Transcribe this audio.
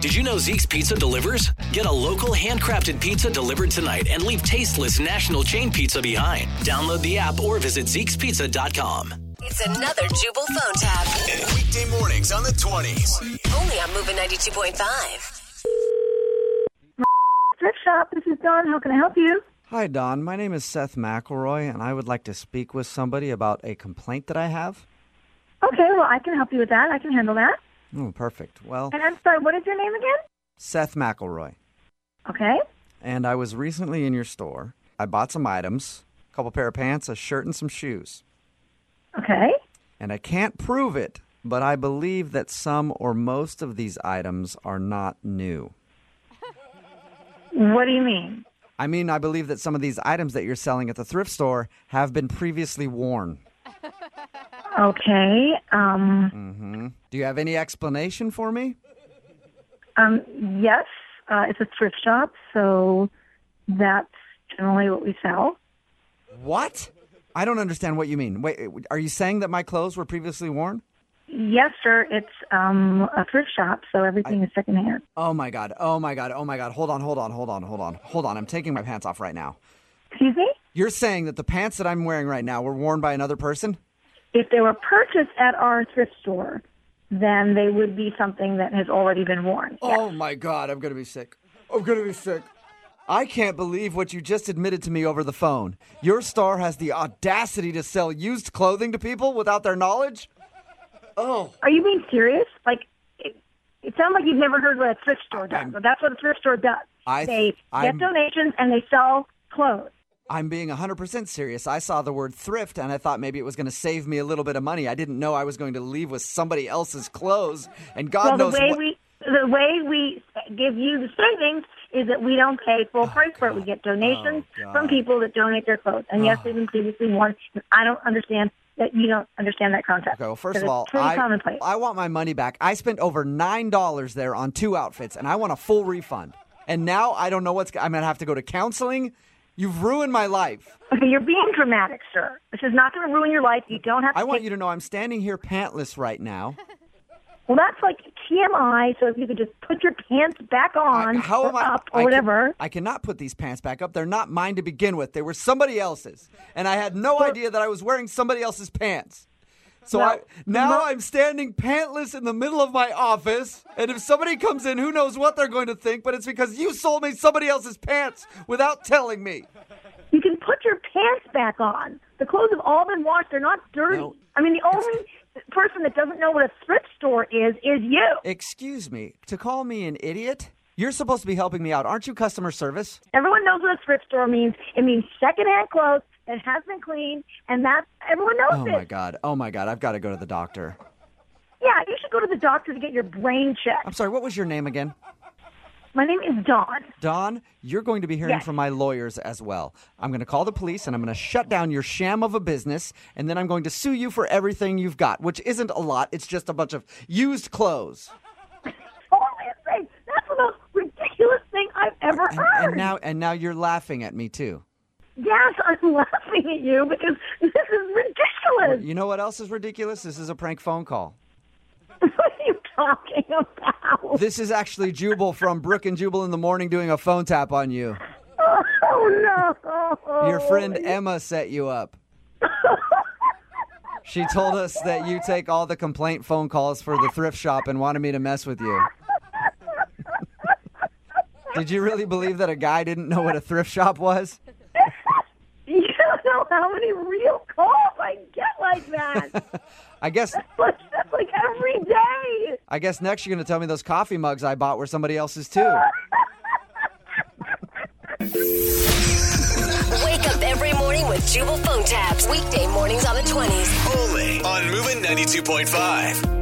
Did you know Zeke's Pizza delivers? Get a local handcrafted pizza delivered tonight and leave tasteless national chain pizza behind. Download the app or visit Zeke'sPizza.com. It's another Jubal phone tab. Weekday mornings on the 20s. Only on Moving 92.5. Thrift shop. This is Dawn. How can I help you? Hi, Don. My name is Seth McElroy, and I would like to speak with somebody about a complaint that I have. Okay, well, I can help you with that. I can handle that. Oh, perfect. Well, And I'm sorry, what is your name again? Seth McElroy. Okay. And I was recently in your store. I bought some items a couple pair of pants, a shirt, and some shoes. Okay. And I can't prove it, but I believe that some or most of these items are not new. What do you mean? I mean, I believe that some of these items that you're selling at the thrift store have been previously worn. Okay. Um, Do you have any explanation for me? um, yes, uh, it's a thrift shop, so that's generally what we sell. What? I don't understand what you mean. Wait, are you saying that my clothes were previously worn? Yes, sir. It's um, a thrift shop, so everything is secondhand. Oh my god. Oh my god. Oh my god. Hold on. Hold on. Hold on. Hold on. Hold on. I'm taking my pants off right now. Excuse me? You're saying that the pants that I'm wearing right now were worn by another person? If they were purchased at our thrift store, then they would be something that has already been worn. Oh my god. I'm going to be sick. I'm going to be sick. I can't believe what you just admitted to me over the phone. Your star has the audacity to sell used clothing to people without their knowledge? Oh. Are you being serious? Like, it, it sounds like you've never heard what a thrift store does, but that's what a thrift store does. I- they I'm- get donations and they sell clothes. I'm being 100% serious. I saw the word thrift and I thought maybe it was going to save me a little bit of money. I didn't know I was going to leave with somebody else's clothes and God Well, the knows way what- we the way we give you the savings is that we don't pay full price for it. We get donations Oh, God. Oh. from people that donate their clothes, and yes, they've been previously worn. And I don't understand that you don't understand that concept. Okay, well, Because first of it's all, pretty I, commonplace. I want my money back. I spent over $9 there on two outfits, and I want a full refund. And now I don't know what's. I'm going to have to go to counseling. You've ruined my life. okay, you're being dramatic, sir. This is not going to ruin your life. You don't have to. I want take- you to know I'm standing here pantless right now. Well, that's like TMI. So if you could just put your pants back on, I- how or am I? up, I or can- whatever. I cannot put these pants back up. They're not mine to begin with. They were somebody else's, and I had no idea that I was wearing somebody else's pants. So I, now I'm standing pantless in the middle of my office, and if somebody comes in, who knows what they're going to think? But it's because you sold me somebody else's pants without telling me. You can put your pants back on. The clothes have all been washed. They're not dirty. No. I mean, the only person that doesn't know what a thrift store is is you. Excuse me, to call me an idiot? You're supposed to be helping me out, aren't you? Customer service. Everyone knows what a thrift store means. It means secondhand clothes that has been cleaned, and that's everyone knows Oh it. my god. Oh my god. I've got to go to the doctor. Yeah, you should go to the doctor to get your brain checked. I'm sorry. What was your name again? My name is Dawn. Don, you're going to be hearing Yes. from my lawyers as well. I'm going to call the police and I'm going to shut down your sham of a business, and then I'm going to sue you for everything you've got, which isn't a lot. It's just a bunch of used clothes. Holy thing! That's the most ridiculous thing I've ever And, heard. and now, and now you're laughing at me too. yes, I'm laughing at you because this is ridiculous. You know what else is ridiculous? This is a prank phone call. what are you talking about? This is actually Jubal from Brook and Jubal in the morning doing a phone tap on you. Oh no! Your friend Emma set you up. She told us that you take all the complaint phone calls for the thrift shop and wanted me to mess with you. Did you really believe that a guy didn't know what a thrift shop was? You don't know how many real calls I get like that. I guess like, that's like every day. I guess next you're going to tell me those coffee mugs I bought were somebody else's too. Wake up every morning with Jubal phone tabs. Weekday mornings on the 20s. Only on Moving 92.5.